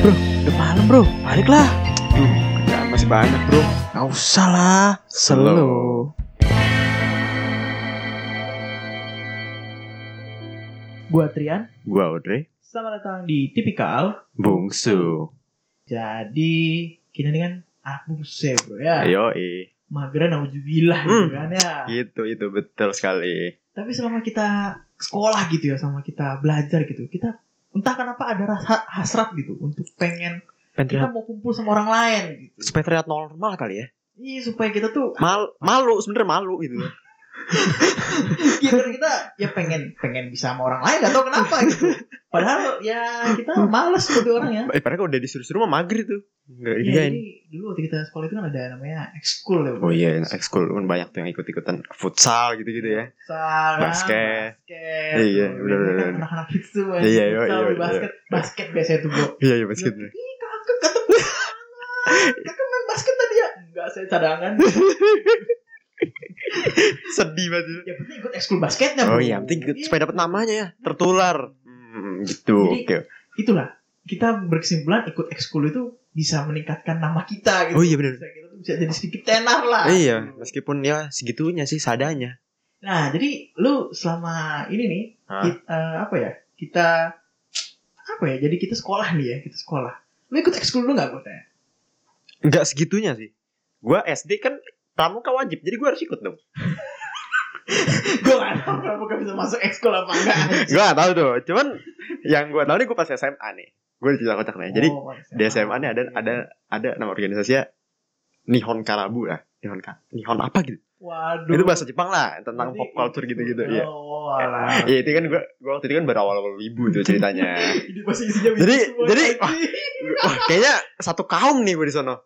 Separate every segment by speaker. Speaker 1: Udah malam bro, baliklah.
Speaker 2: Duh, kerjaan Ya, masih banyak bro.
Speaker 1: Gak usah lah, slow. Gua Trian,
Speaker 2: Gua Audrey.
Speaker 1: selamat datang di Tipikal.
Speaker 2: Bungsu.
Speaker 1: Jadi, kita ini kan aku se bro ya.
Speaker 2: Ayo,
Speaker 1: Mageran naujubillah gitu kan ya.
Speaker 2: Gitu, itu betul sekali.
Speaker 1: Tapi selama kita sekolah gitu ya, sama kita belajar gitu, kita entah kenapa ada rasa hasrat gitu untuk pengen kita mau kumpul sama orang lain gitu.
Speaker 2: supaya terlihat normal kali ya.
Speaker 1: Iya, supaya kita tuh
Speaker 2: Mal, malu, sebenernya malu gitu.
Speaker 1: ya kan kita ya pengen pengen bisa sama orang lain gak tau kenapa gitu padahal ya kita males seperti orang ya
Speaker 2: Eh, padahal kalau udah disuruh-suruh mah maghrib tuh. Nggak
Speaker 1: Ya,
Speaker 2: dikerjain.
Speaker 1: jadi dulu waktu kita sekolah itu kan ada namanya ekskul ya
Speaker 2: Oh iya, ekskul kan banyak tuh yang ikut-ikutan futsal gitu-gitu ya.
Speaker 1: Salah,
Speaker 2: Basket.
Speaker 1: basket
Speaker 2: Iya,
Speaker 1: Tuh, biasanya
Speaker 2: bener, bener,
Speaker 1: kan
Speaker 2: bener.
Speaker 1: anak-anak itu kan
Speaker 2: Iya, iya,
Speaker 1: futsal,
Speaker 2: iya, iya.
Speaker 1: basket basket biasanya tuh bro
Speaker 2: Iya, iya, basket.
Speaker 1: Ih, kakak kata kakak main basket tadi ya enggak saya cadangan Ya,
Speaker 2: Sedih banget. itu.
Speaker 1: ya penting ikut ekskul basketnya bro
Speaker 2: Oh iya, penting ikut supaya dapat namanya ya, tertular. Hmm, gitu.
Speaker 1: Jadi-
Speaker 2: Oke.
Speaker 1: itulah kita berkesimpulan ikut ekskul itu bisa meningkatkan nama kita gitu
Speaker 2: Oh iya benar.
Speaker 1: bisa kita tuh bisa jadi sedikit tenar lah Gitu.
Speaker 2: Iya, meskipun ya segitunya sih sadanya.
Speaker 1: Nah, jadi lu selama ini nih,
Speaker 2: Hah?
Speaker 1: kita, eh, apa ya? Kita apa ya? Jadi kita sekolah nih ya, kita sekolah. Lu ikut ekskul dulu nggak gue tanya?
Speaker 2: Enggak segitunya ssih. Gua SD kan pramuka wajib, jadi gua harus ikut dong.
Speaker 1: gue nggak tahu kenapa gak bisa masuk ekskul apa enggak.
Speaker 2: gua gak tahu tuh, cuman yang gua tahu nih gua pas SMA nih. Gua di cerita kocak nih. Iya, Jadi
Speaker 1: Oh,
Speaker 2: di SMA nih ada ada ada nama organisasinya Nihon Karabu lah. Nihon Ka- Nihon apa gitu.
Speaker 1: Waduh.
Speaker 2: Itu bahasa Jepang lah tentang
Speaker 1: Jadi
Speaker 2: pop culture
Speaker 1: itu-
Speaker 2: gitu-gitu ya.
Speaker 1: Oh, alah.
Speaker 2: Ya itu kan gua gua waktu itu kan baru awal-awal ibu tuh ceritanya.
Speaker 1: Ini pasti isinya
Speaker 2: Jadi-
Speaker 1: bisnis semua
Speaker 2: jadi-
Speaker 1: lagi.
Speaker 2: Wah, kayaknya satu kaum nih gua di sono.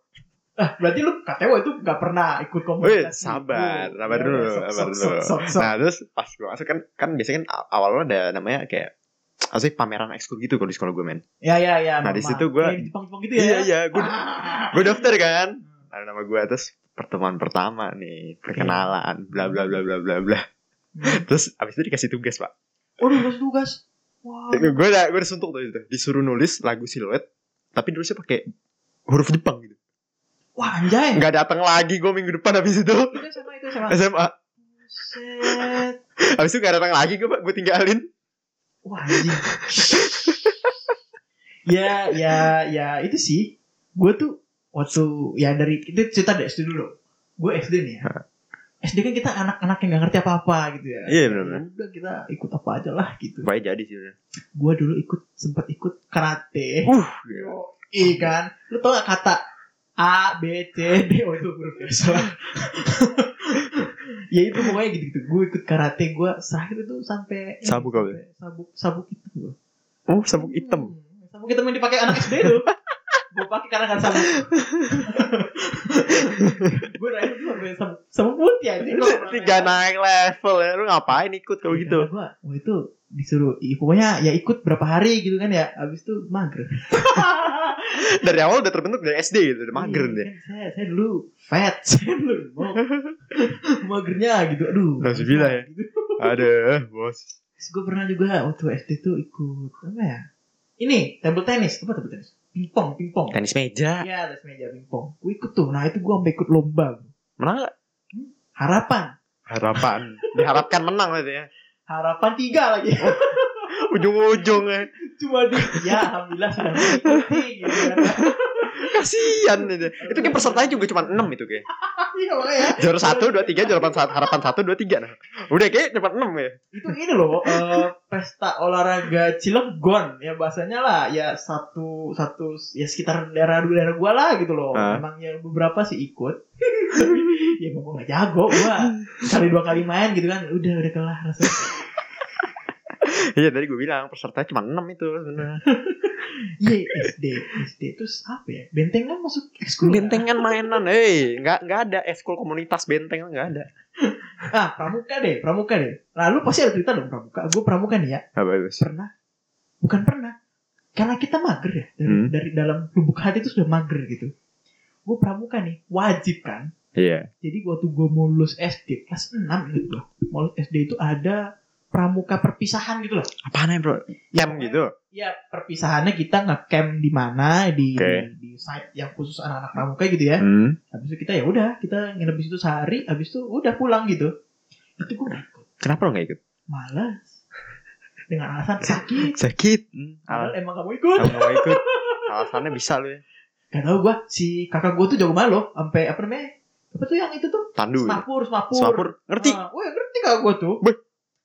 Speaker 1: ah, berarti lu KTW itu gak pernah ikut
Speaker 2: Wih,
Speaker 1: komunitas. itu.
Speaker 2: Oh, iya, sabar,
Speaker 1: Ya,
Speaker 2: sabar
Speaker 1: ya,
Speaker 2: dulu,
Speaker 1: Iya, sok,
Speaker 2: sabar
Speaker 1: sok,
Speaker 2: dulu.
Speaker 1: sok, sok, sok.
Speaker 2: Nah, terus pas gue masuk kan kan biasanya kan awalnya ada namanya kayak apa sih pameran ekskul gitu kalau di sekolah gue men.
Speaker 1: Ya, ya, ya.
Speaker 2: Nah, di
Speaker 1: memang.
Speaker 2: situ gua-
Speaker 1: Kayak di Jepang-Jepang gitu ya.
Speaker 2: Iya iya, gue
Speaker 1: Ah.
Speaker 2: gue daftar kan. Ada nama gue terus pertemuan pertama nih, perkenalan, bla bla bla bla bla bla.
Speaker 1: Hmm.
Speaker 2: Terus abis itu dikasih tugas pak.
Speaker 1: Waduh, tugas Oh, tugas. Wah.
Speaker 2: Gue udah gue udah suntuk tuh itu. Disuruh nulis lagu siluet, tapi nulisnya pakai huruf Jepang gitu.
Speaker 1: Wah, anjay.
Speaker 2: Nggak datang lagi gue minggu depan abis itu
Speaker 1: Itu sama itu sama.
Speaker 2: SMA.
Speaker 1: Set.
Speaker 2: Abis itu nggak datang lagi gue pak, gue tinggalin.
Speaker 1: Wah, anjing. ya, ya, ya, itu sih. Gue tuh waktu ya dari itu cerita dari SD dulu. Gue SD nih ya. SD kan kita anak-anak yang gak ngerti apa-apa gitu ya.
Speaker 2: Iya, benar-benar.
Speaker 1: Udah kita ikut apa aja lah gitu.
Speaker 2: Baik jadi sih. bener.
Speaker 1: Gue dulu ikut sempat ikut karate.
Speaker 2: Uh,
Speaker 1: Iya kan? Lu tau gak kata A, B, C, D, oh itu huruf ya salah. ya itu pokoknya gitu-gitu. Gue ikut karate, gue terakhir itu sampai ini,
Speaker 2: Sabuk apa?
Speaker 1: sampai Sabuk, sabuk itu gue.
Speaker 2: oh sabuk hitam.
Speaker 1: Hmm, sabuk hitam yang dipakai anak SD dulu. gue pakai karena kan sabuk. gue terakhir itu sampai sabuk, sabuk putih aja.
Speaker 2: Tiga naik level ya. Lu ngapain ikut kalau gitu?
Speaker 1: Gue, wah itu disuruh, i- pokoknya ya ikut berapa hari gitu kan ya. Abis itu mager.
Speaker 2: Dari awal udah terbentuk dari SD gitu, udah mager
Speaker 1: Iya,
Speaker 2: dia.
Speaker 1: kan Saya, saya dulu fat, saya dulu mau magernya gitu. Aduh.
Speaker 2: Nauzubillah ya.
Speaker 1: Gitu.
Speaker 2: Ada, bos.
Speaker 1: Terus gue pernah juga waktu SD tuh ikut apa ya? Ini table tennis, apa table tennis? Pingpong, pingpong.
Speaker 2: Tenis meja.
Speaker 1: Iya, atas meja pingpong. Gue ikut tuh. Nah, itu gue sampai ikut lomba.
Speaker 2: Menang gak?
Speaker 1: Harapan.
Speaker 2: Harapan. Diharapkan menang berarti ya.
Speaker 1: Harapan tiga lagi.
Speaker 2: Ujung-ujungnya.
Speaker 1: Cuma di ya alhamdulillah sudah mengikuti gitu kan.
Speaker 2: Kasian itu. Itu kayak pesertanya juga cuma 6 itu kayak.
Speaker 1: Iya, makanya.
Speaker 2: Juara 1, 2, 3, juara 1, harapan 1, 2, 3. Nah. Udah kayak cuma 6 ya.
Speaker 1: itu ini loh eh, pesta olahraga Cilegon ya bahasanya lah ya satu satu ya sekitar daerah daerah gua lah gitu loh
Speaker 2: Ah.
Speaker 1: emang yang beberapa sih ikut ya emang gua nggak jago gua sekali dua kali main gitu kan udah udah kalah rasanya
Speaker 2: Iya tadi gue bilang pesertanya cuma 6 itu Nah, sebenarnya.
Speaker 1: iya SD SD terus apa ya benteng kan masuk ekskul kan?
Speaker 2: Bentengan mainan. Hei, enggak enggak ada eskul komunitas benteng enggak ada.
Speaker 1: ah pramuka deh pramuka deh lalu pasti ada cerita dong pramuka gua pramuka nih ya
Speaker 2: Apa bagus.
Speaker 1: pernah bukan pernah karena kita mager ya dari,
Speaker 2: Hmm.
Speaker 1: dari dalam lubuk hati itu sudah mager gitu gue pramuka nih wajib kan
Speaker 2: Iya.
Speaker 1: jadi waktu gue mau lulus SD kelas 6 gitu gue mau lulus SD itu ada pramuka perpisahan gitu loh.
Speaker 2: Apaan ya bro? Camp gitu?
Speaker 1: Ya perpisahannya kita nge-camp di mana di,
Speaker 2: Oke.
Speaker 1: di di site yang khusus anak-anak pramuka gitu ya.
Speaker 2: Hmm.
Speaker 1: Habis itu kita ya udah kita nginep di situ sehari, habis itu udah pulang gitu. Itu gue ikut.
Speaker 2: Kenapa lo gak ikut?
Speaker 1: Malas. Dengan alasan sakit.
Speaker 2: Sakit. Hmm. Al
Speaker 1: Padahal emang kamu ikut.
Speaker 2: kamu gak ikut. Alasannya bisa lo ya.
Speaker 1: Gak tau gue si kakak gue tuh jago banget loh sampai apa namanya apa tuh yang itu tuh
Speaker 2: Pandu. ya?
Speaker 1: semapur semapur.
Speaker 2: Semapur. Ngerti?
Speaker 1: Ah, weh, ngerti kakak gue tuh.
Speaker 2: Weh.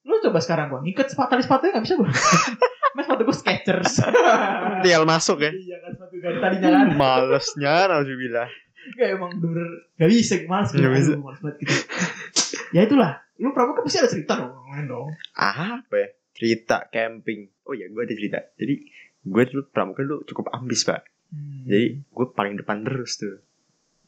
Speaker 1: Lu coba sekarang gue ngikat sepatu tali sepatunya gak bisa gue. Mas sepatu gue Skechers.
Speaker 2: Tinggal masuk ya.
Speaker 1: Iya kan sepatu dari tadi jalan.
Speaker 2: Malesnya Nauzubillah.
Speaker 1: Gak emang bener gak bisa males gitu.
Speaker 2: Gak bisa.
Speaker 1: Aduh, males banget gitu. ya itulah. Lu pramuka pasti ada cerita dong. ngomongin dong.
Speaker 2: Ah, apa ya? Cerita camping. Oh ya, gue ada cerita. Jadi gue tuh pramuka dulu cukup ambis pak.
Speaker 1: Hmm.
Speaker 2: Jadi gue paling depan terus tuh.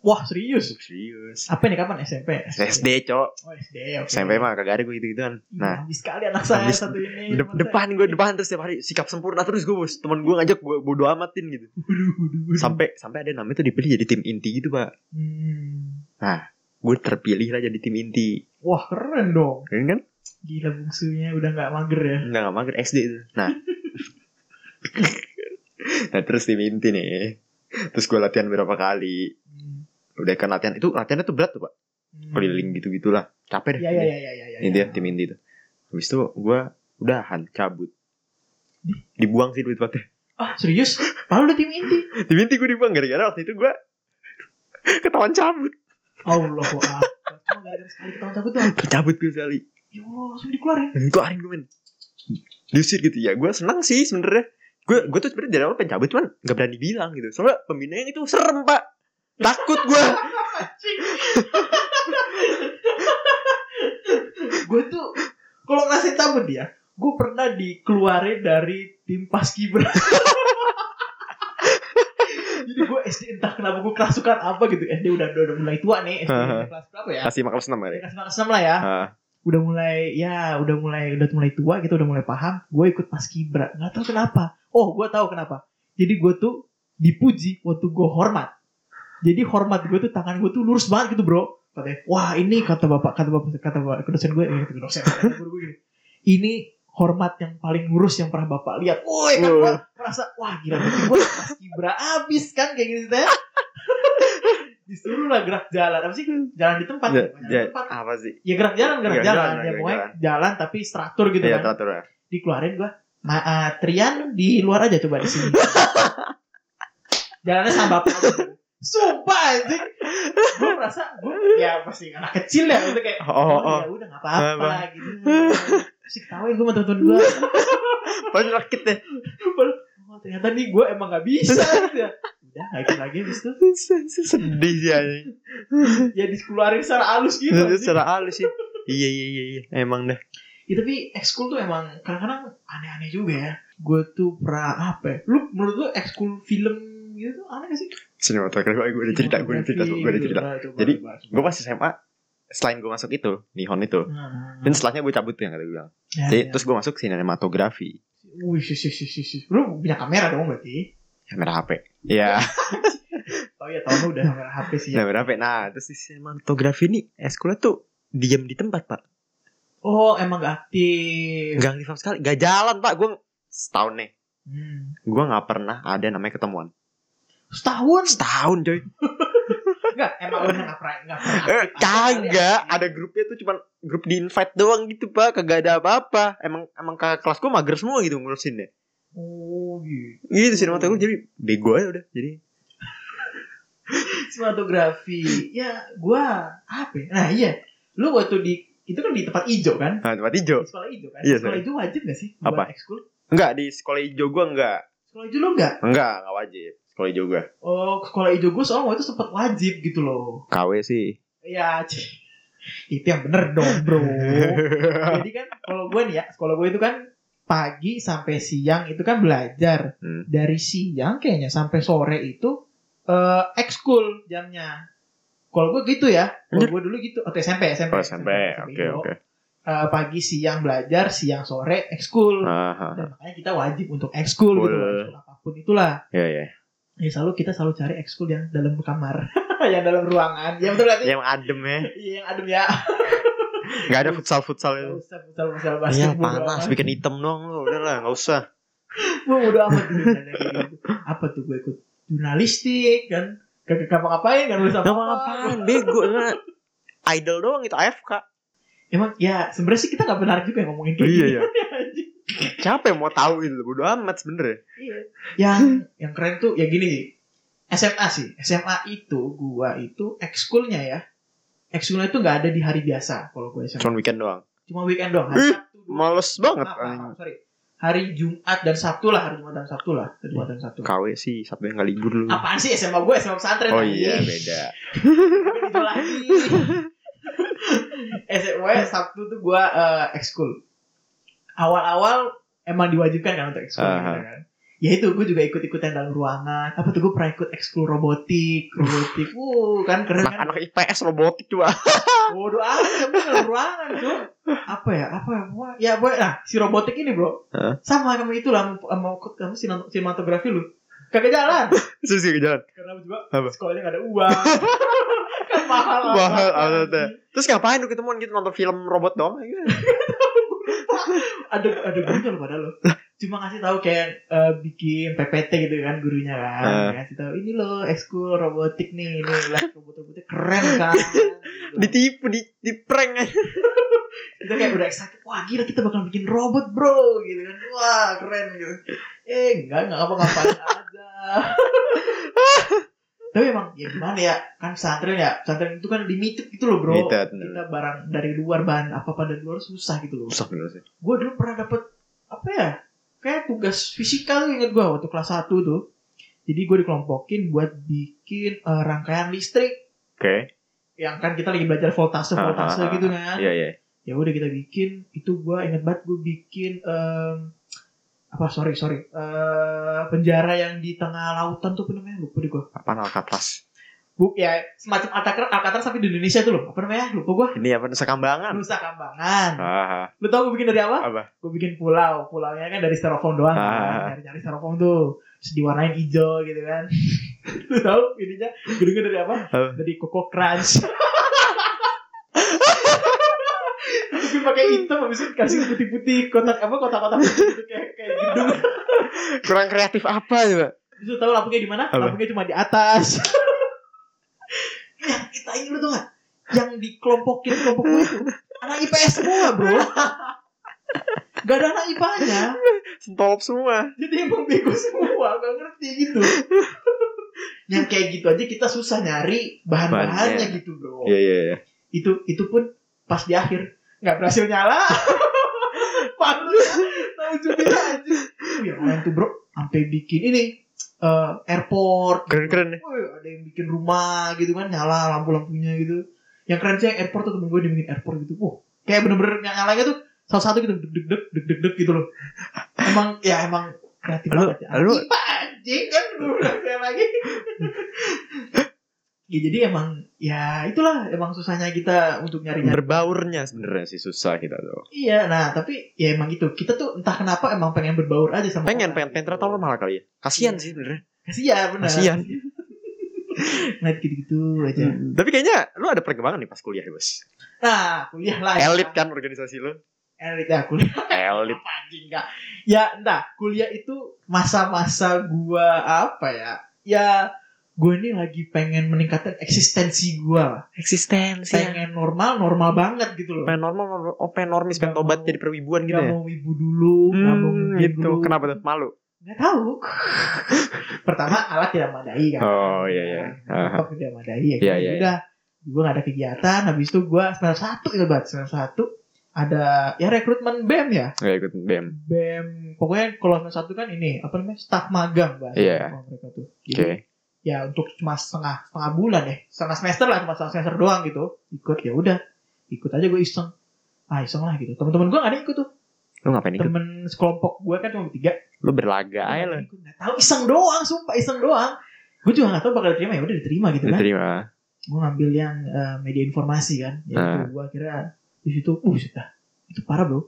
Speaker 1: wah serius.
Speaker 2: Serius.
Speaker 1: Apa nih kapan SMP?
Speaker 2: SD cok.
Speaker 1: Oh SD. oke.
Speaker 2: SMP mah kagak ada gue gitu gituan. Nah,
Speaker 1: Nah, habis sekali anak saya
Speaker 2: Habis-
Speaker 1: satu ini.
Speaker 2: De- depan gue depan terus tiap hari sikap sempurna terus gue bos teman gue ngajak gue bodo amatin gitu sampai sampai ada namanya tuh dipilih jadi tim inti gitu pak
Speaker 1: Hmm.
Speaker 2: gue Nah, terpilih lah jadi tim inti
Speaker 1: Wah keren dong.
Speaker 2: keren kan
Speaker 1: Gila bungsunya udah nggak mager ya.
Speaker 2: nggak nggak mager SD itu nah nah terus tim inti nih terus gue latihan berapa kali
Speaker 1: Hmm.
Speaker 2: udah kan latihan itu latihannya tuh berat tuh pak keliling gitu gitulah capek deh
Speaker 1: Ya ya ya ya ya. ya,
Speaker 2: ini
Speaker 1: ya.
Speaker 2: dia tim inti tuh habis itu gue udahan cabut dibuang sih duit pak
Speaker 1: Ah serius? Lalu udah tim inti?
Speaker 2: tim inti gue dibuang gara-gara waktu itu gue ketahuan cabut
Speaker 1: Allah wah. Cuma gara-gara sekali ketahuan cabut tuh.
Speaker 2: Tercabut gue sekali
Speaker 1: Ya Allah langsung dikeluarin.
Speaker 2: Gue arin gue men Diusir gitu ya Gue senang sih sebenernya Gue gue tuh sebenernya dari awal pengen cabut Cuman gak berani bilang gitu Soalnya pembina yang itu serem pak Takut gue
Speaker 1: gue tuh kalau ngerasain cabut dia, gue pernah dikeluarin dari tim paskibra. Jadi gue SD entah kenapa gue kerasukan apa gitu SD udah udah, udah mulai tua nih SD
Speaker 2: Aha.
Speaker 1: kelas berapa ya?
Speaker 2: Kasih makan senam
Speaker 1: Ya,
Speaker 2: kali
Speaker 1: Kelas kelas enam lah ya.
Speaker 2: Ah,
Speaker 1: udah mulai ya udah mulai udah mulai tua gitu udah mulai paham gue ikut paskibra nggak tahu kenapa oh gue tahu kenapa jadi gue tuh dipuji waktu gue hormat jadi hormat gue tuh tangan gue tuh lurus banget gitu bro katanya wah ini kata bapak kata bapak kata bapak kata dosen gue eh, kata dosen kata guru gue gini, ini hormat yang paling lurus yang pernah bapak lihat woi kan gue merasa wah gila berarti gue paskibra abis kan kayak gitu ya disuruh lah gerak jalan apa sih jalan di tempat
Speaker 2: ja-
Speaker 1: Jalan di
Speaker 2: ja-
Speaker 1: tempat
Speaker 2: iya, Apa sih
Speaker 1: ya gerak jalan gerak
Speaker 2: Gerak
Speaker 1: jalan,
Speaker 2: jalan,
Speaker 1: ya
Speaker 2: gerak
Speaker 1: pokoknya jalan. tapi stratur gitu
Speaker 2: Iya
Speaker 1: kan
Speaker 2: teratur ya
Speaker 1: dikeluarin gua ma eh, Trian di luar aja coba di sini jalannya sambap sumpah anjing gue merasa gue ya pasti anak kecil ya itu kayak
Speaker 2: Oh, oh, oh.
Speaker 1: ya udah nggak apa-apa
Speaker 2: Apa?
Speaker 1: gitu sih ketawain gue sama teman-teman gue
Speaker 2: Paling rakit deh
Speaker 1: oh, ternyata nih gue emang nggak bisa gitu ya udah nggak ikut lagi abis itu
Speaker 2: Sedih sih anjing
Speaker 1: ya dikeluarin secara halus gitu
Speaker 2: Itu
Speaker 1: anjing.
Speaker 2: Secara halus sih Iya iya iya iya Emang deh
Speaker 1: Ya, tapi ekskul tuh emang kadang-kadang aneh-aneh juga ya. Gue tuh pra apa? ya? Lu menurut lu ekskul film gitu tuh aneh gak sih? Iya,
Speaker 2: Sinematografi Gue udah cerita Gue udah cerita Gue udah cerita Jadi, Gue pas SMA Selain gue masuk itu Nihon itu
Speaker 1: Nah,
Speaker 2: Dan setelahnya gue cabut tuh yang kata gue bilang
Speaker 1: Iya,
Speaker 2: Jadi terus gue masuk sinematografi
Speaker 1: Wih, sih, sih, sih, sih, sih. Lu punya kamera dong berarti?
Speaker 2: kamera HP. Iya,
Speaker 1: Oh iya, tahun lu udah kamera HP sih ya.
Speaker 2: kamera HP. Nah, terus di sinematografi ini eskulnya tuh diam di tempat, Pak.
Speaker 1: Oh, emang gak aktif.
Speaker 2: Enggak aktif sama sekali, enggak jalan, Pak. Gua setahun nih.
Speaker 1: Hmm.
Speaker 2: Gua nggak pernah ada namanya ketemuan.
Speaker 1: Setahun?
Speaker 2: Setahun, coy.
Speaker 1: Enggak, emang lu gak pernah. Gak pernah.
Speaker 2: Eh,
Speaker 1: aktif. iya.
Speaker 2: kagak, ada grupnya tuh cuman grup di invite doang gitu, Pak. Kagak ada apa-apa. Emang emang kakak kelas gua mager semua gitu ngurusinnya.
Speaker 1: Oh gitu.
Speaker 2: Gitu sinematografi jadi bego aja udah. Jadi
Speaker 1: Sinematografi. Ya, gua apa ya? Nah iya, lu waktu di, itu kan di tempat ijo kan?
Speaker 2: nah, tempat hijau.
Speaker 1: Di sekolah hijau kan?
Speaker 2: Iya,
Speaker 1: sekolah
Speaker 2: saya.
Speaker 1: hijau wajib gak sih?
Speaker 2: Apa?
Speaker 1: Buat ekskul?
Speaker 2: Enggak, di sekolah hijau gua enggak.
Speaker 1: Sekolah hijau lo enggak?
Speaker 2: Enggak, enggak wajib. Sekolah hijau gua.
Speaker 1: Oh, sekolah hijau gue soalnya waktu itu sempat wajib gitu loh.
Speaker 2: KW sih.
Speaker 1: Ya, c- itu yang bener dong bro. Jadi kan kalau gue nih ya, sekolah gue itu kan pagi sampai siang itu kan belajar.
Speaker 2: Hmm.
Speaker 1: Dari siang kayaknya sampai sore itu eh ekskul jamnya. Kalau gue gitu ya, kalau gue dulu gitu. Oke, SMP, SMP.
Speaker 2: Oh, sampai. Oke,
Speaker 1: hijau.
Speaker 2: oke.
Speaker 1: Eh, pagi siang belajar, siang sore ekskul.
Speaker 2: Aha.
Speaker 1: Dan makanya kita wajib untuk ekskul gitu loh,
Speaker 2: Ah. Boleh.
Speaker 1: ekskul apapun itulah.
Speaker 2: Iya, iya.
Speaker 1: Ya selalu kita selalu cari ekskul yang dalam kamar, yang dalam ruangan. Ya betul berarti.
Speaker 2: yang adem ya
Speaker 1: Iya yang adem ya.
Speaker 2: Gak ada futsal futsal
Speaker 1: Gak
Speaker 2: itu.
Speaker 1: usah futsal-futsal basket.
Speaker 2: Iya
Speaker 1: bodo
Speaker 2: panas
Speaker 1: amat.
Speaker 2: bikin hitam doang lo udah lah nggak usah.
Speaker 1: Gue udah amat tuh nanya kayak gitu. Apa tuh gue ikut jurnalistik kan? Gak ngapa-ngapain kan lu sama
Speaker 2: Ngapa-ngapain bego nah. Idol doang itu AFK.
Speaker 1: Emang ya sebenarnya sih kita gak benar juga yang ngomongin kayak
Speaker 2: Iya,
Speaker 1: gini.
Speaker 2: iya.
Speaker 1: anjing.
Speaker 2: Siapa yang mau tahu itu bodo amat sebenernya.
Speaker 1: Iya. yang yang keren tuh ya gini sih. SMA sih. SMA itu gua itu ekskulnya ya. Ekskulnya itu gak ada di hari biasa kalau gua SMA.
Speaker 2: Cuman weekend doang.
Speaker 1: Cuma weekend doang. Hari
Speaker 2: Ih,
Speaker 1: Sabtu doang.
Speaker 2: Males banget.
Speaker 1: Maaf, maaf, maaf, sorry. Hari Jumat dan Sabtu lah, hari Jumat dan Sabtu lah, hari Jumat dan Sabtu.
Speaker 2: KW sih Sabtu yang nggak libur lu.
Speaker 1: Apaan sih SMA gue SMA pesantren?
Speaker 2: Oh
Speaker 1: anjing.
Speaker 2: iya beda.
Speaker 1: Bukan itu lagi. SMA Eh, Sabtu tuh gue eh, ekskul. Awal-awal emang diwajibkan kan untuk ekskul
Speaker 2: Aha.
Speaker 1: gitu kan. Ya itu gue juga ikut-ikutan dalam ruangan. Apa tuh gue pernah ikut ekskul robotik, robotik. Wuh kan keren
Speaker 2: Anak,
Speaker 1: kan.
Speaker 2: Nah, anak IPS robotik coba.
Speaker 1: Bodoh amat kamu dalam ruangan tuh. Apa ya? Apa ya? Wah, Ya boy, nah si robotik ini bro.
Speaker 2: Hah?
Speaker 1: Sama kamu itu lah mau ikut kamu sinemat- sinematografi lu. Kagak jalan.
Speaker 2: Terus dia ke jalan.
Speaker 1: Karena juga
Speaker 2: Apa?
Speaker 1: sekolahnya gak ada uang. kan mahal. lah,
Speaker 2: Mahal,
Speaker 1: kan.
Speaker 2: alatnya. Terus ngapain lu ketemuan gitu nonton film robot doang? Iya.
Speaker 1: Ada ada gurunya loh padahal lo. Cuma ngasih tahu kayak eh, bikin PPT gitu kan gurunya kan.
Speaker 2: Eh.
Speaker 1: Ngasih tahu ini loh ekskul robotik nih ini lah robot-robotnya keren kan. Gitu.
Speaker 2: Ditipu, di, di prank aja.
Speaker 1: kita kayak udah excited wah gila kita bakal bikin robot bro gitu kan wah keren gitu eh enggak enggak apa ngapain aja tapi emang ya gimana ya kan pesantren ya pesantren itu kan limited gitu loh bro kita barang dari luar bahan apa apa dari luar susah gitu loh
Speaker 2: Susah bener sih.
Speaker 1: gue dulu pernah dapet apa ya kayak tugas fisika tuh inget gue waktu kelas 1 tuh jadi gue dikelompokin buat bikin eh, rangkaian listrik
Speaker 2: Oke.
Speaker 1: yang kan kita lagi belajar voltase voltase
Speaker 2: Ah, ah,
Speaker 1: gitu kan
Speaker 2: Iya, iya.
Speaker 1: ya udah kita bikin itu gua inget banget gue bikin em, apa sorry sorry eh, penjara yang di tengah lautan tuh apa namanya lupa deh gue
Speaker 2: Apaan Alcatraz?
Speaker 1: bu ya semacam alcatraz alcatraz tapi di Indonesia tuh loh apa namanya lupa gua
Speaker 2: Ini apa? Nusa Kambangan.
Speaker 1: Nusa Kambangan
Speaker 2: Ah,
Speaker 1: lu tau gue bikin dari apa
Speaker 2: apa?
Speaker 1: gue bikin pulau pulaunya kan dari styrofoam doang
Speaker 2: Ah.
Speaker 1: nyari nyari styrofoam tuh terus diwarnain hijau gitu kan lu tau ininya gedungnya dari apa
Speaker 2: Apa?
Speaker 1: dari Coco Crunch bikin pakai hitam habis itu kasih putih-putih kotak apa kotak-kotak putih gitu kayak kayak gedung
Speaker 2: Kurang kreatif apa coba?
Speaker 1: Terus lu tahu lampunya di mana?
Speaker 2: Apa?
Speaker 1: Lampunya cuma di atas. yang kita ini lu tuh gak? Yang dikelompokin kelompok gue itu anak IPS semua, Bro. Gak ada anak IPA-nya.
Speaker 2: Stop semua.
Speaker 1: Jadi emang bego semua, gak ngerti gitu. yang kayak gitu aja kita susah nyari bahan-bahannya
Speaker 2: Bahannya.
Speaker 1: gitu, Bro.
Speaker 2: Iya, iya, iya.
Speaker 1: Itu itu pun pas di akhir nggak berhasil nyala. Pantes tahu juga aja. Ya orang tuh, Bro, sampai bikin ini eh, airport
Speaker 2: Keren-keren nih.
Speaker 1: Woi, ada yang bikin rumah gitu kan nyala lampu-lampunya gitu. Yang keren sih yang airport tuh temen gue dia bikin airport gitu. Wah, kayak bener-bener yang nyalanya tuh salah satu gitu deg deg deg deg deg deg gitu loh. Emang ya emang kreatif
Speaker 2: Lu-
Speaker 1: banget ya.
Speaker 2: lu-
Speaker 1: Ipa anjing kan gue bilang sekali lagi. ya jadi emang ya itulah emang susahnya kita untuk nyari nyari.
Speaker 2: Berbaurnya sebenarnya sih susah kita tuh.
Speaker 1: Iya, nah tapi ya emang gitu. Kita tuh entah kenapa emang pengen berbaur aja sama
Speaker 2: Pengen,
Speaker 1: orang,
Speaker 2: pengen, pengen
Speaker 1: gitu.
Speaker 2: tertolong malah kali ya. Kasian
Speaker 1: Iya.
Speaker 2: sih sebenarnya.
Speaker 1: Kasian benar.
Speaker 2: Kasian.
Speaker 1: Ngeliat gitu-gitu aja.
Speaker 2: Hmm. Tapi kayaknya lu ada perkembangan nih pas kuliah ya, Bos.
Speaker 1: Nah, kuliah lah. ya.
Speaker 2: Elit kan organisasi lu?
Speaker 1: elit ya kuliah
Speaker 2: Elit.
Speaker 1: apa anjing enggak ya entah kuliah itu masa-masa gua apa ya ya gue ini lagi pengen meningkatkan eksistensi gua lah.
Speaker 2: Eksistensi.
Speaker 1: pengen normal normal banget gitu loh
Speaker 2: Iya. Pengen normal, normal. oh pengen normis, pengen
Speaker 1: Gak
Speaker 2: tobat
Speaker 1: mau-
Speaker 2: jadi perwibuan gitu
Speaker 1: Gak
Speaker 2: ya.
Speaker 1: mau ibu dulu gak mau
Speaker 2: Hmm,
Speaker 1: wibu
Speaker 2: gitu.
Speaker 1: dulu.
Speaker 2: Kenapa tuh? Malu.
Speaker 1: Gak tahu pertama alat tidak memadai kan
Speaker 2: Oh, iya, iya. Aha.
Speaker 1: Laptop tidak memadai ya
Speaker 2: Iya,
Speaker 1: kan?
Speaker 2: iya,
Speaker 1: udah gue gak ada kegiatan habis itu gue semester satu ya banget semester satu ada ya rekrutmen bem ya
Speaker 2: Gak ikut BEM.
Speaker 1: BEM pokoknya kalau semester satu kan ini apa namanya staf magang bahasa
Speaker 2: Iya.
Speaker 1: kalau mereka tuh.
Speaker 2: Oke.
Speaker 1: Jadi, ya untuk cuma setengah setengah bulan ya setengah semester lah cuma setengah semester doang gitu ikut ya udah ikut aja gue iseng ah iseng lah gitu teman-teman gue gak ada yang ikut tuh
Speaker 2: Lu ngapain ikut?
Speaker 1: temen sekelompok gue kan cuma bertiga
Speaker 2: Lu
Speaker 1: Nggak
Speaker 2: berlaga aja
Speaker 1: ada
Speaker 2: lah.
Speaker 1: yang ikut. Nggak tahu iseng doang sumpah iseng doang gue juga gak tahu bakal diterima ya udah diterima gitu kan
Speaker 2: Diterima.
Speaker 1: gue ngambil yang eh, media informasi kan ya itu
Speaker 2: Nah.
Speaker 1: gue kira di situ uh sudah itu parah bro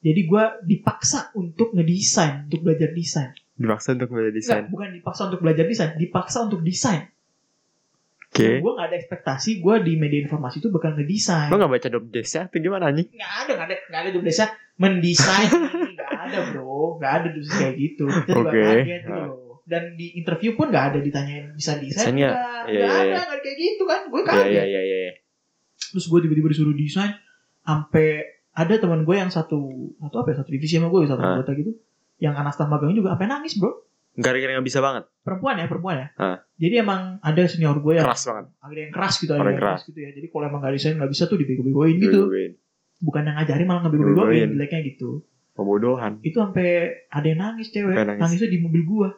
Speaker 1: jadi gue dipaksa untuk ngedesain untuk belajar desain
Speaker 2: Dipaksa untuk belajar desain.
Speaker 1: Nggak, bukan dipaksa untuk belajar desain dipaksa untuk desain
Speaker 2: Oke.
Speaker 1: Gue gak ada ekspektasi gue di media informasi itu bakal ngedesain.
Speaker 2: Lo gak baca job desk-nya atau gimana anjing?
Speaker 1: Nggak ada, nggak ada, nggak ada job desa mendesain. nggak ada bro, nggak ada job desk kayak gitu. Kita juga
Speaker 2: Oke. Ah.
Speaker 1: kaget gitu loh. Dan di interview pun nggak ada ditanyain bisa desain
Speaker 2: Desain
Speaker 1: nggak?
Speaker 2: nggak?
Speaker 1: Nggak
Speaker 2: Iya, iya,
Speaker 1: ada,
Speaker 2: iya.
Speaker 1: nggak ada kayak gitu kan? Gue
Speaker 2: Iya
Speaker 1: kaget.
Speaker 2: iya iya iya.
Speaker 1: Terus gue tiba-tiba disuruh desain, sampai ada teman gue yang satu satu apa ya satu divisi sama gue satu
Speaker 2: Ah.
Speaker 1: anggota gitu yang anak staf magangnya juga sampai nangis bro
Speaker 2: Gara-gara gak bisa banget.
Speaker 1: perempuan ya perempuan ya
Speaker 2: Ah.
Speaker 1: jadi emang ada senior gue yang
Speaker 2: Keras banget.
Speaker 1: ada yang keras gitu ada
Speaker 2: Orang
Speaker 1: yang keras. gitu ya jadi kalau emang gak desain nggak bisa tuh dibego-begoin
Speaker 2: Iya.
Speaker 1: gitu
Speaker 2: Gue-
Speaker 1: bukan yang ngajarin malah ngebego-begoin
Speaker 2: Begoin.
Speaker 1: jeleknya gitu
Speaker 2: Pembodohan.
Speaker 1: itu sampai ada yang nangis cewek
Speaker 2: Sampai nangis.
Speaker 1: nangisnya di mobil gua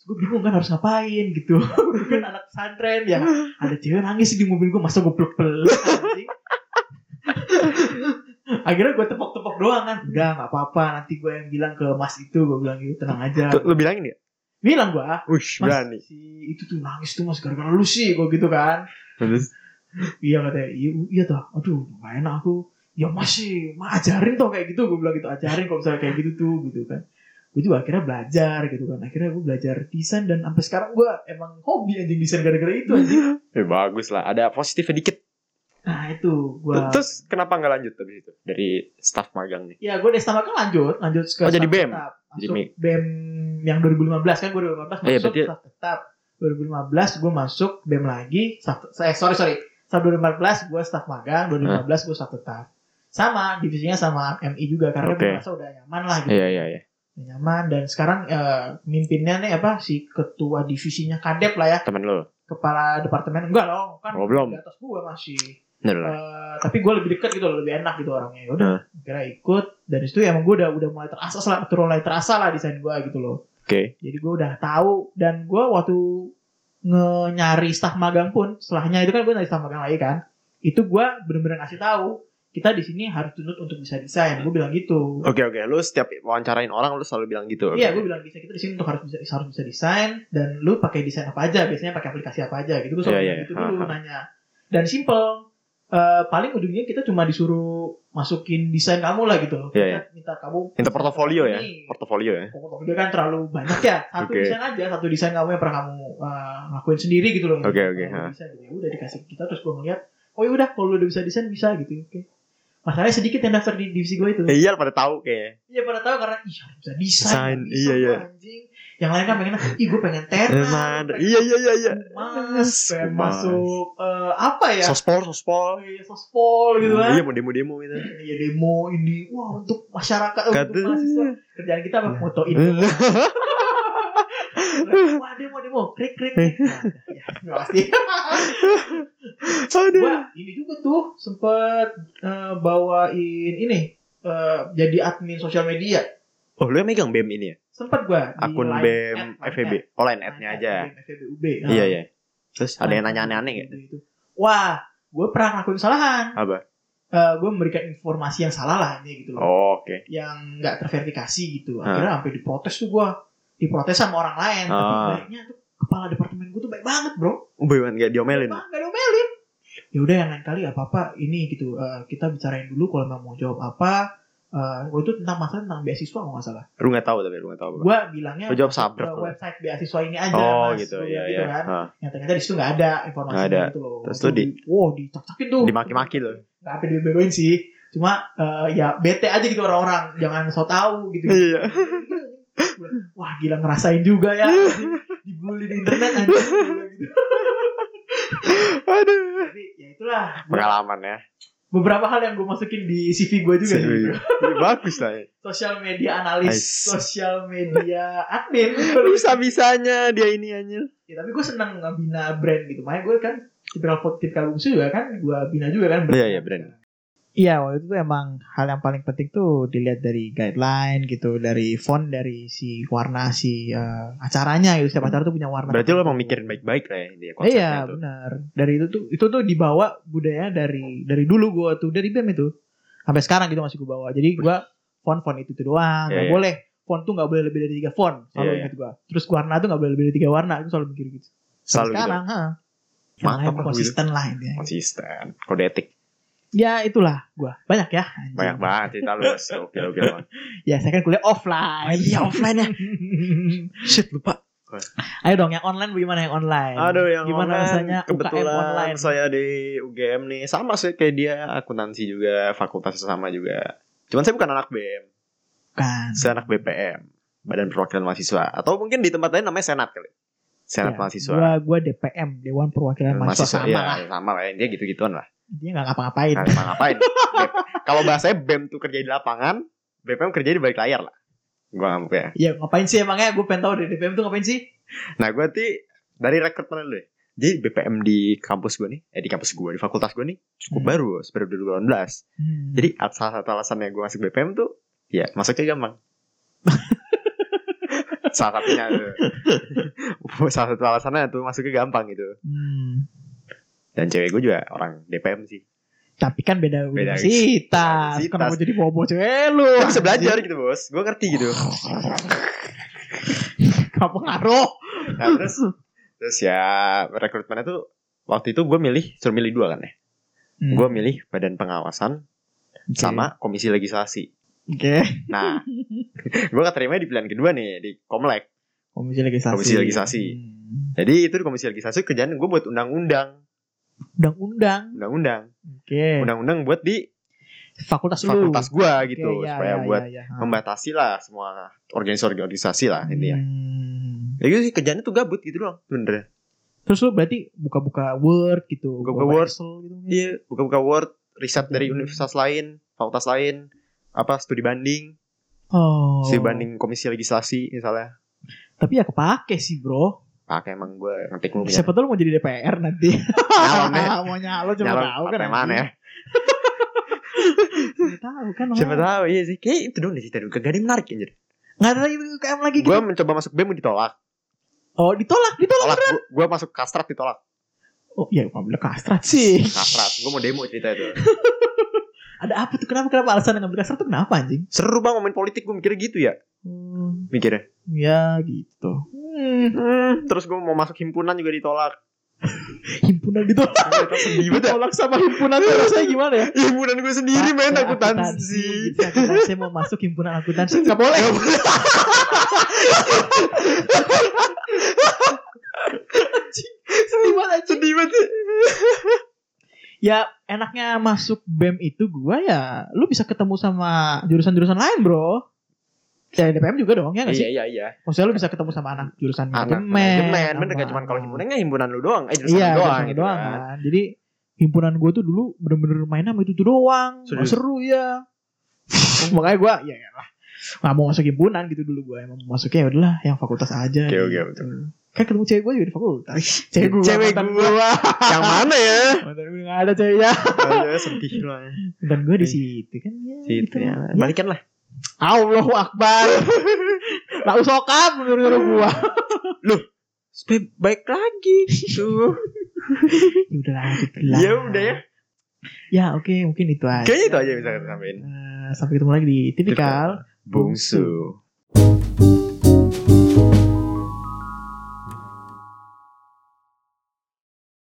Speaker 1: Terus gua bingung kan harus ngapain gitu Gua kan anak pesantren ya ada cewek nangis di mobil gua masa gua peluk peluk akhirnya gua tepok tepok doang kan udah nggak apa apa nanti gua yang bilang ke mas itu gua bilang gitu tenang aja
Speaker 2: Tuh, Lo bilangin gak?
Speaker 1: bilang gua
Speaker 2: Wush
Speaker 1: Mas.
Speaker 2: berani.
Speaker 1: si itu tuh nangis tuh mas gara-gara lu sih gua gitu kan
Speaker 2: Terus
Speaker 1: iya katanya iya, iya toh aduh gak enak aku ya masih mah ajarin toh kayak gitu gue bilang gitu ajarin kalau misalnya kayak gitu tuh gitu kan gue juga akhirnya belajar gitu kan akhirnya gue belajar desain dan sampai sekarang gue emang hobi anjing desain gara-gara itu anjing
Speaker 2: eh, bagus lah. Ada positifnya dikit.
Speaker 1: nah itu gue
Speaker 2: Terus kenapa nggak lanjut tapi itu dari staff magang nih?
Speaker 1: ya gue dari Stamak kan lanjut lanjut ke
Speaker 2: Oh, jadi
Speaker 1: staff
Speaker 2: BEM?
Speaker 1: tetap.
Speaker 2: Jadi
Speaker 1: masuk
Speaker 2: mi-
Speaker 1: BEM yang 2015 kan gue 2015 masuk
Speaker 2: Eh, berarti-
Speaker 1: staff tetap 2015 gue masuk BEM lagi staff, eh, sorry sorry staff 2014 gue staff magang 2015 gue staff tetap sama divisinya sama MI juga karena
Speaker 2: Oke.
Speaker 1: gue merasa udah nyaman lah gitu
Speaker 2: Iya iya iya.
Speaker 1: Udah nyaman dan sekarang eh, mimpinnya nih apa si ketua divisinya kadep lah ya
Speaker 2: Temen lo.
Speaker 1: kepala departemen enggak dong kan
Speaker 2: Oh, belum.
Speaker 1: di atas gue masih
Speaker 2: Bener lah.
Speaker 1: Eh, tapi gue lebih dekat gitu loh, lebih enak gitu orangnya ya udah
Speaker 2: Heeh.
Speaker 1: akhirnya ikut dari situ emang gue udah udah mulai terasa lah udah mulai terasa lah desain gue gitu loh
Speaker 2: Oke.
Speaker 1: jadi gue udah tahu dan gue waktu nge nyari staf magang pun setelahnya itu kan gue nyari staf magang lagi kan itu gue bener-bener ngasih tahu kita di sini harus tuntut untuk bisa desain gue bilang gitu
Speaker 2: Oke oke. Lo setiap wawancarain orang lo selalu bilang gitu.
Speaker 1: Iya, gue bilang bisa kita di sini untuk harus bisa harus bisa desain dan lu pakai desain apa aja, biasanya pakai aplikasi apa aja gitu. Gue selalu bilang
Speaker 2: Iya, iya.
Speaker 1: gitu dulu
Speaker 2: Ha, ha.
Speaker 1: nanya. Dan simple. Eh, paling ujungnya kita cuma disuruh masukin desain kamu lah gitu. Kita
Speaker 2: Iya,
Speaker 1: Minta kamu
Speaker 2: Minta portofolio ya.
Speaker 1: ini.
Speaker 2: Portofolio ya.
Speaker 1: Portofolio kan terlalu banyak ya. Satu
Speaker 2: Oke.
Speaker 1: desain aja, satu desain kamu yang pernah kamu eh, lakuin sendiri gitu loh.
Speaker 2: Oke, oke,
Speaker 1: Kamu
Speaker 2: ha.
Speaker 1: Desain gitu. Ya udah dikasih ke kita terus gue ngeliat, oh ya udah kalau lu udah bisa desain bisa gitu. Oke. Masalahnya sedikit yang daftar di divisi gue itu.
Speaker 2: Eh, Iya pada tahu kayaknya.
Speaker 1: Iya pada tahu karena ih harus bisa desain,
Speaker 2: Desain,
Speaker 1: nggak
Speaker 2: iya,
Speaker 1: gua
Speaker 2: iya.
Speaker 1: anjing. Yang lain kan pengen ih gue pengen ternak,
Speaker 2: Emang ada-
Speaker 1: pengen
Speaker 2: Iya iya iya iya.
Speaker 1: Mas, pengen
Speaker 2: Humas.
Speaker 1: masuk eh, apa ya?
Speaker 2: Sospol sospol.
Speaker 1: Iya, sospol gitu kan.
Speaker 2: Iya mau demo demo gitu.
Speaker 1: Iya demo ini wah untuk masyarakat untuk
Speaker 2: Kata-
Speaker 1: mahasiswa kerjaan kita apa
Speaker 2: Iya.
Speaker 1: motoin wah demo demo krik krik krik.
Speaker 2: Iya.
Speaker 1: Nah, ya, nggak pasti
Speaker 2: Aduh.
Speaker 1: Wah, ini juga tuh sempet eh, bawain ini eh, jadi admin sosial media
Speaker 2: Oh lu yang megang BEM ini ya?
Speaker 1: sempet gua di
Speaker 2: Akun
Speaker 1: line ad,
Speaker 2: BEM
Speaker 1: line ad.
Speaker 2: FEB. Oh line ad-nya aja.
Speaker 1: FBUB.
Speaker 2: Iya iya. Terus ada yang gitu. nanya aneh-aneh gak?
Speaker 1: Itu. Gitu. Wah, gue pernah ngelakuin kesalahan.
Speaker 2: Apa?
Speaker 1: Eh, gue memberikan informasi yang salah lah ini gitu loh.
Speaker 2: Oh, Hmm. oke.
Speaker 1: Yang nggak terverifikasi gitu. Akhirnya sampai diprotes tuh gue. Diprotes sama orang lain. Tapi
Speaker 2: Ah.
Speaker 1: baiknya tuh kepala departemen gue tuh baik banget bro.
Speaker 2: Beban gak diomelin.
Speaker 1: Bang, gak diomelin. Ya udah yang lain kali apa apa ini gitu. eh, kita bicarain dulu kalau memang mau jawab apa. Eh, gue itu tentang masalah tentang beasiswa kalau nggak salah.
Speaker 2: Lu gak tahu tapi lu gak tahu apa.
Speaker 1: Gue bilangnya
Speaker 2: Lu jawab
Speaker 1: ke
Speaker 2: sabrek. lu.
Speaker 1: website beasiswa ini aja
Speaker 2: Oh
Speaker 1: mas.
Speaker 2: gitu,
Speaker 1: Gua
Speaker 2: iya
Speaker 1: bilang
Speaker 2: iya.
Speaker 1: kan.
Speaker 2: Hah.
Speaker 1: yang ternyata di situ nggak ada informasi
Speaker 2: Nggak ada.
Speaker 1: gitu loh.
Speaker 2: Terus tuh di-
Speaker 1: wow dicak-cakin tuh.
Speaker 2: Dimaki-maki loh.
Speaker 1: Nggak apa dibegoin sih. Cuma eh, ya bete aja gitu orang-orang, jangan so tau gitu.
Speaker 2: Iya.
Speaker 1: Wah gila ngerasain juga ya anjing. dibully di internet anjing Gila gitu.
Speaker 2: Aduh.
Speaker 1: Tapi ya itulah
Speaker 2: Pengalaman ya.
Speaker 1: beberapa hal yang gue masukin di CV gue juga.
Speaker 2: Sih,
Speaker 1: Gitu.
Speaker 2: iya. Bagus lah. ya.
Speaker 1: Sosial media analis,
Speaker 2: Nice.
Speaker 1: sosial media admin.
Speaker 2: Bisa-bisanya dia ini anjir.
Speaker 1: ya, tapi gue seneng ngebina brand gitu. Makanya gue kan tipikal tipikal bungsu juga kan, gue bina juga kan.
Speaker 2: Iya, iya, brand.
Speaker 1: Iya, waktu itu emang hal yang paling penting tuh dilihat dari guideline gitu, dari font, dari si warna si eh, acaranya gitu. Setiap acara tuh punya warna. gitu.
Speaker 2: Berarti lu emang mikirin baik-baik lah ya dia konsepnya
Speaker 1: Iya,
Speaker 2: tuh.
Speaker 1: benar. Dari itu tuh itu tuh dibawa budaya dari dari dulu gua tuh dari BEM itu sampai sekarang gitu masih gua bawa. Jadi gua font-font itu tuh doang,
Speaker 2: Iya,
Speaker 1: nggak
Speaker 2: iya.
Speaker 1: boleh font tuh nggak boleh lebih dari tiga font selalu
Speaker 2: Iya, iya.
Speaker 1: ingat gua. Terus warna tuh nggak boleh lebih dari tiga warna, itu selalu mikir gitu.
Speaker 2: Selalu
Speaker 1: Sampai
Speaker 2: gitu.
Speaker 1: sekarang, ha. Yang
Speaker 2: Mantap
Speaker 1: lain
Speaker 2: lah gitu.
Speaker 1: konsisten lah intinya.
Speaker 2: Konsisten. Kode etik.
Speaker 1: Ya itulah gua. Banyak ya. anjing.
Speaker 2: Banyak banget cerita lu. Mas. Oke, oke. oke. Ah,
Speaker 1: Ya saya kan kuliah offline.
Speaker 2: Oh iya, offline ya. Shit, lupa.
Speaker 1: Ayo dong yang online gimana yang online?
Speaker 2: Aduh yang
Speaker 1: gimana
Speaker 2: online,
Speaker 1: rasanya UKM
Speaker 2: kebetulan
Speaker 1: online?
Speaker 2: saya di UGM nih sama sih kayak dia akuntansi juga fakultas sama juga. Cuman saya bukan anak BM,
Speaker 1: Bukan.
Speaker 2: saya anak BPM, Badan Perwakilan Mahasiswa atau mungkin di tempat lain namanya Senat kali. Senat
Speaker 1: Ya,
Speaker 2: mahasiswa.
Speaker 1: Gua gua DPM, Dewan Perwakilan Mahasiswa sama
Speaker 2: iya,
Speaker 1: lah.
Speaker 2: iya, sama lah. Dia gitu-gituan lah.
Speaker 1: Dia nggak ngapa-ngapain.
Speaker 2: Nah, emang ngapain? Bem- Kalau bahasanya BEM tuh kerja di lapangan, BPM kerja di balik layar lah. Gua ngamuk ya.
Speaker 1: Ya ngapain sih emangnya? Gue pengen tahu deh DPM tuh ngapain sih?
Speaker 2: Nah, gue tuh dari rekrutmen dulu ya. Jadi BPM di kampus gue nih, eh di kampus gue, di fakultas gue nih cukup
Speaker 1: Hmm.
Speaker 2: baru, baru 2018.
Speaker 1: Hmm.
Speaker 2: Jadi al- salah satu alasannya gue masuk BPM tuh, ya masuknya gampang. salah satunya tuh. salah satu alasannya tuh masuknya gampang gitu.
Speaker 1: Hmm.
Speaker 2: Dan cewek gue juga orang DPM sih.
Speaker 1: Tapi kan beda
Speaker 2: Beda
Speaker 1: universitas.
Speaker 2: universitas.
Speaker 1: Kenapa jadi bobo cewek lu?
Speaker 2: Gue bisa belajar
Speaker 1: iya.
Speaker 2: gitu bos, gue ngerti gitu.
Speaker 1: Gak pengaruh.
Speaker 2: Nah, terus terus ya rekrutmennya tuh waktu itu gue milih suruh milih dua kan ya.
Speaker 1: Hmm.
Speaker 2: Gue milih badan pengawasan
Speaker 1: Oke.
Speaker 2: sama komisi legislasi.
Speaker 1: Oke.
Speaker 2: Nah, gue keterima di pilihan kedua nih di Komlek.
Speaker 1: Komisi legislasi.
Speaker 2: Komisi legislasi.
Speaker 1: Hmm.
Speaker 2: Jadi itu di komisi legislasi kerjaan gue buat undang-undang,
Speaker 1: Undang-undang.
Speaker 2: undang-undang,
Speaker 1: Oke.
Speaker 2: undang-undang buat di
Speaker 1: Fakultas lu.
Speaker 2: fakultas gue
Speaker 1: Oke,
Speaker 2: gitu
Speaker 1: ya,
Speaker 2: supaya
Speaker 1: ya,
Speaker 2: buat
Speaker 1: ya, ya.
Speaker 2: membatasi lah semua organisasi-organisasi lah intinya.
Speaker 1: Hmm.
Speaker 2: Ya gitu sih kerjaannya tuh gabut gitu doang sebenernya.
Speaker 1: Terus lu berarti buka-buka Word gitu.
Speaker 2: Buka-buka Word.
Speaker 1: Excel gitu.
Speaker 2: Iya, buka-buka Word, riset dari
Speaker 1: Hmm.
Speaker 2: universitas lain, fakultas lain, apa studi banding,
Speaker 1: Oh.
Speaker 2: studi banding komisi legislasi misalnya.
Speaker 1: Tapi ya kepake sih bro.
Speaker 2: Pakai emang gue ngetik mulu.
Speaker 1: Siapa tahu lu mau jadi DPR nanti.
Speaker 2: Nyalon deh.
Speaker 1: mau nyalon coba
Speaker 2: Nyalon
Speaker 1: tahu kan.
Speaker 2: partai
Speaker 1: nanti.
Speaker 2: mana ya?
Speaker 1: Nggak tahu kan.
Speaker 2: Siapa tahu iya sih. Kayak itu dong deh cerita dulu. Gak ada yang menarik anjir.
Speaker 1: Enggak ada lagi UKM lagi gitu.
Speaker 2: Gue mencoba masuk BEM ditolak.
Speaker 1: Oh, ditolak, ditolak.
Speaker 2: Tolak. Gue masuk kastrat ditolak.
Speaker 1: Oh, iya, gua ambil kastrat sih.
Speaker 2: Kastrat. Gue mau demo cerita itu.
Speaker 1: Ada apa tuh? Kenapa kenapa alasan ngambil kastrat tuh kenapa anjing?
Speaker 2: Seru bang main politik gue mikirnya gitu ya.
Speaker 1: Hmm,
Speaker 2: Mikirnya.
Speaker 1: ya gitu. Hmm,
Speaker 2: Hmm, terus gue mau masuk himpunan juga ditolak.
Speaker 1: himpunan ditolak.
Speaker 2: Sedih banget. ya.
Speaker 1: Ditolak sama himpunan tuh rasanya gimana ya?
Speaker 2: Himpunan gue sendiri main
Speaker 1: Saya
Speaker 2: akuntansi.
Speaker 1: gitu, akuntansi. Saya mau masuk himpunan akuntansi enggak boleh.
Speaker 2: Nggak boleh.
Speaker 1: Sedih banget anjing.
Speaker 2: Sedih banget.
Speaker 1: Ya, enaknya masuk BEM itu gua ya lu bisa ketemu sama jurusan-jurusan lain, Bro. Ya DPM juga dong ya nggak sih?
Speaker 2: Iya iya iya.
Speaker 1: Maksudnya lu bisa ketemu sama anak jurusan
Speaker 2: Anak
Speaker 1: manajemen. kan?
Speaker 2: manajemen bener
Speaker 1: sama-
Speaker 2: gak cuma kalau himpunan nggak himpunan lu doang, eh jurusan
Speaker 1: Iya,
Speaker 2: lu doang.
Speaker 1: doang,
Speaker 2: gitu
Speaker 1: doang
Speaker 2: kan.
Speaker 1: kan. Jadi himpunan gue tuh dulu bener-bener main sama itu tuh doang. Nggak
Speaker 2: Serius?
Speaker 1: seru ya. Makanya gue ya lah nggak mau masuk himpunan gitu dulu gue emang mau masuknya ya udahlah yang fakultas aja.
Speaker 2: Oke,
Speaker 1: gitu.
Speaker 2: oke, betul.
Speaker 1: Kan ketemu cewek gue juga di fakultas. Cewek gue.
Speaker 2: Cewek
Speaker 1: mantan
Speaker 2: gue. Yang mana ya?
Speaker 1: Mantan gue nggak ada ceweknya.
Speaker 2: Aduh, Iya, sedih lah.
Speaker 1: Dan gue di situ kan ya.
Speaker 2: Gitu ya.
Speaker 1: Ya.
Speaker 2: Balikan lah.
Speaker 1: Allahu Akbar. Lah usokap menurut gue.
Speaker 2: Supaya baik lagi. Tuh.
Speaker 1: Ya udah lah. gitu lah.
Speaker 2: Ya udah ya.
Speaker 1: Ya oke mungkin itu aja. Eh,
Speaker 2: Kayaknya itu aja yang bisa kita sampaikan.
Speaker 1: Nah, sampai ketemu lagi di tipikal.
Speaker 2: Bungsu.